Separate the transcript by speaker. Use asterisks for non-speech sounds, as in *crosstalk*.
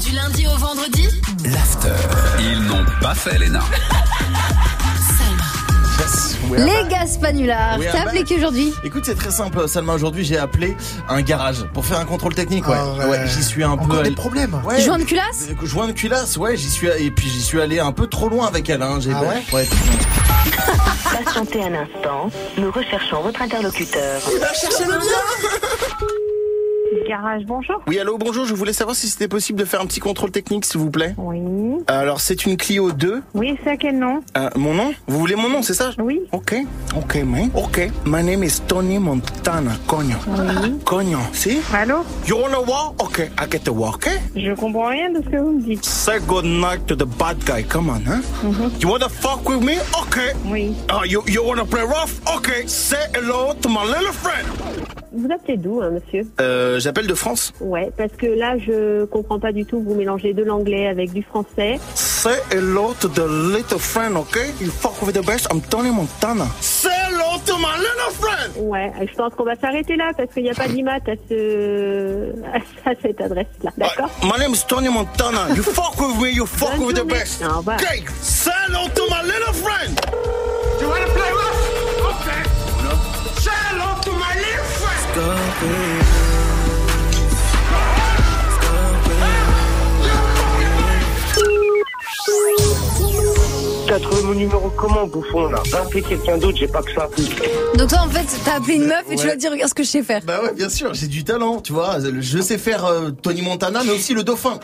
Speaker 1: Du lundi au vendredi,
Speaker 2: L'after. Ils n'ont pas fait l'ENA.
Speaker 1: Salma.
Speaker 3: Les Gaspanulas,
Speaker 4: We are
Speaker 3: t'as
Speaker 4: back.
Speaker 3: appelé qui aujourd'hui
Speaker 4: Écoute, c'est très simple, Salma. Aujourd'hui, j'ai appelé un garage pour faire un contrôle technique. Ouais,
Speaker 5: Ah ouais.
Speaker 4: ouais j'y suis un
Speaker 5: Encore
Speaker 4: peu.
Speaker 5: des
Speaker 4: allé-
Speaker 5: problèmes.
Speaker 4: Ouais.
Speaker 3: Joint de culasse
Speaker 4: Euh, Joint de culasse, ouais, j'y suis et puis j'y suis allé un peu trop loin avec elle. Hein, j'ai
Speaker 5: Ah ouais
Speaker 6: Patientez un instant, nous recherchons votre interlocuteur.
Speaker 7: Garage, bonjour.
Speaker 4: Oui, allô, bonjour. Je voulais savoir si c'était possible de faire un petit contrôle technique, s'il vous plaît.
Speaker 7: Oui.
Speaker 4: Alors, c'est une Clio 2.
Speaker 7: Oui, c'est à quel nom
Speaker 4: Euh, mon nom Vous voulez mon nom, c'est ça
Speaker 7: Oui.
Speaker 4: Ok, ok, man. Ok. My name is Tony Montana. Cogno. Cogno. Si
Speaker 7: Allô
Speaker 4: You wanna walk Ok, I get to walk, ok
Speaker 7: Je comprends rien de ce que vous me dites.
Speaker 4: Say good night to the bad guy. Come on, huh?
Speaker 7: Mm-hmm.
Speaker 4: You wanna fuck with me? Okay.
Speaker 7: Oui.
Speaker 4: Uh, you you wanna play rough? Okay. Say hello to my little friend.
Speaker 7: Vous appelez d'où, hein, monsieur
Speaker 4: Euh, j'appelle de France.
Speaker 7: Ouais, parce que là, je comprends pas du tout. Vous mélangez de l'anglais avec du français.
Speaker 4: Say hello to the little friend, okay? You fuck with the best. I'm Tony Montana. Say hello to my little friend. Uh,
Speaker 7: Ouais, je pense qu'on va s'arrêter là parce qu'il n'y a pas d'IMAT à, ce... *laughs* à cette adresse-là. D'accord
Speaker 4: Uh, my name is Tony Montana.
Speaker 7: *laughs*
Speaker 4: You fuck with me. You fuck
Speaker 7: Bonne
Speaker 4: with the
Speaker 7: journée.
Speaker 4: best.
Speaker 7: Au revoir.
Speaker 4: Okay. Say hello to my little friend.
Speaker 8: You wanna play rough? Okay. Say hello to my little friend.
Speaker 9: T'as trouvé mon numéro comment, bouffon, là Va appeler quelqu'un d'autre, j'ai pas que ça.
Speaker 3: Donc toi en fait t'as appelé une meuf et tu
Speaker 4: Euh, Ouais.
Speaker 3: lui as dit regarde ce que je sais faire.
Speaker 4: Bah ouais, bien sûr, j'ai du talent, tu vois. Je sais faire euh, Tony Montana, mais aussi le dauphin.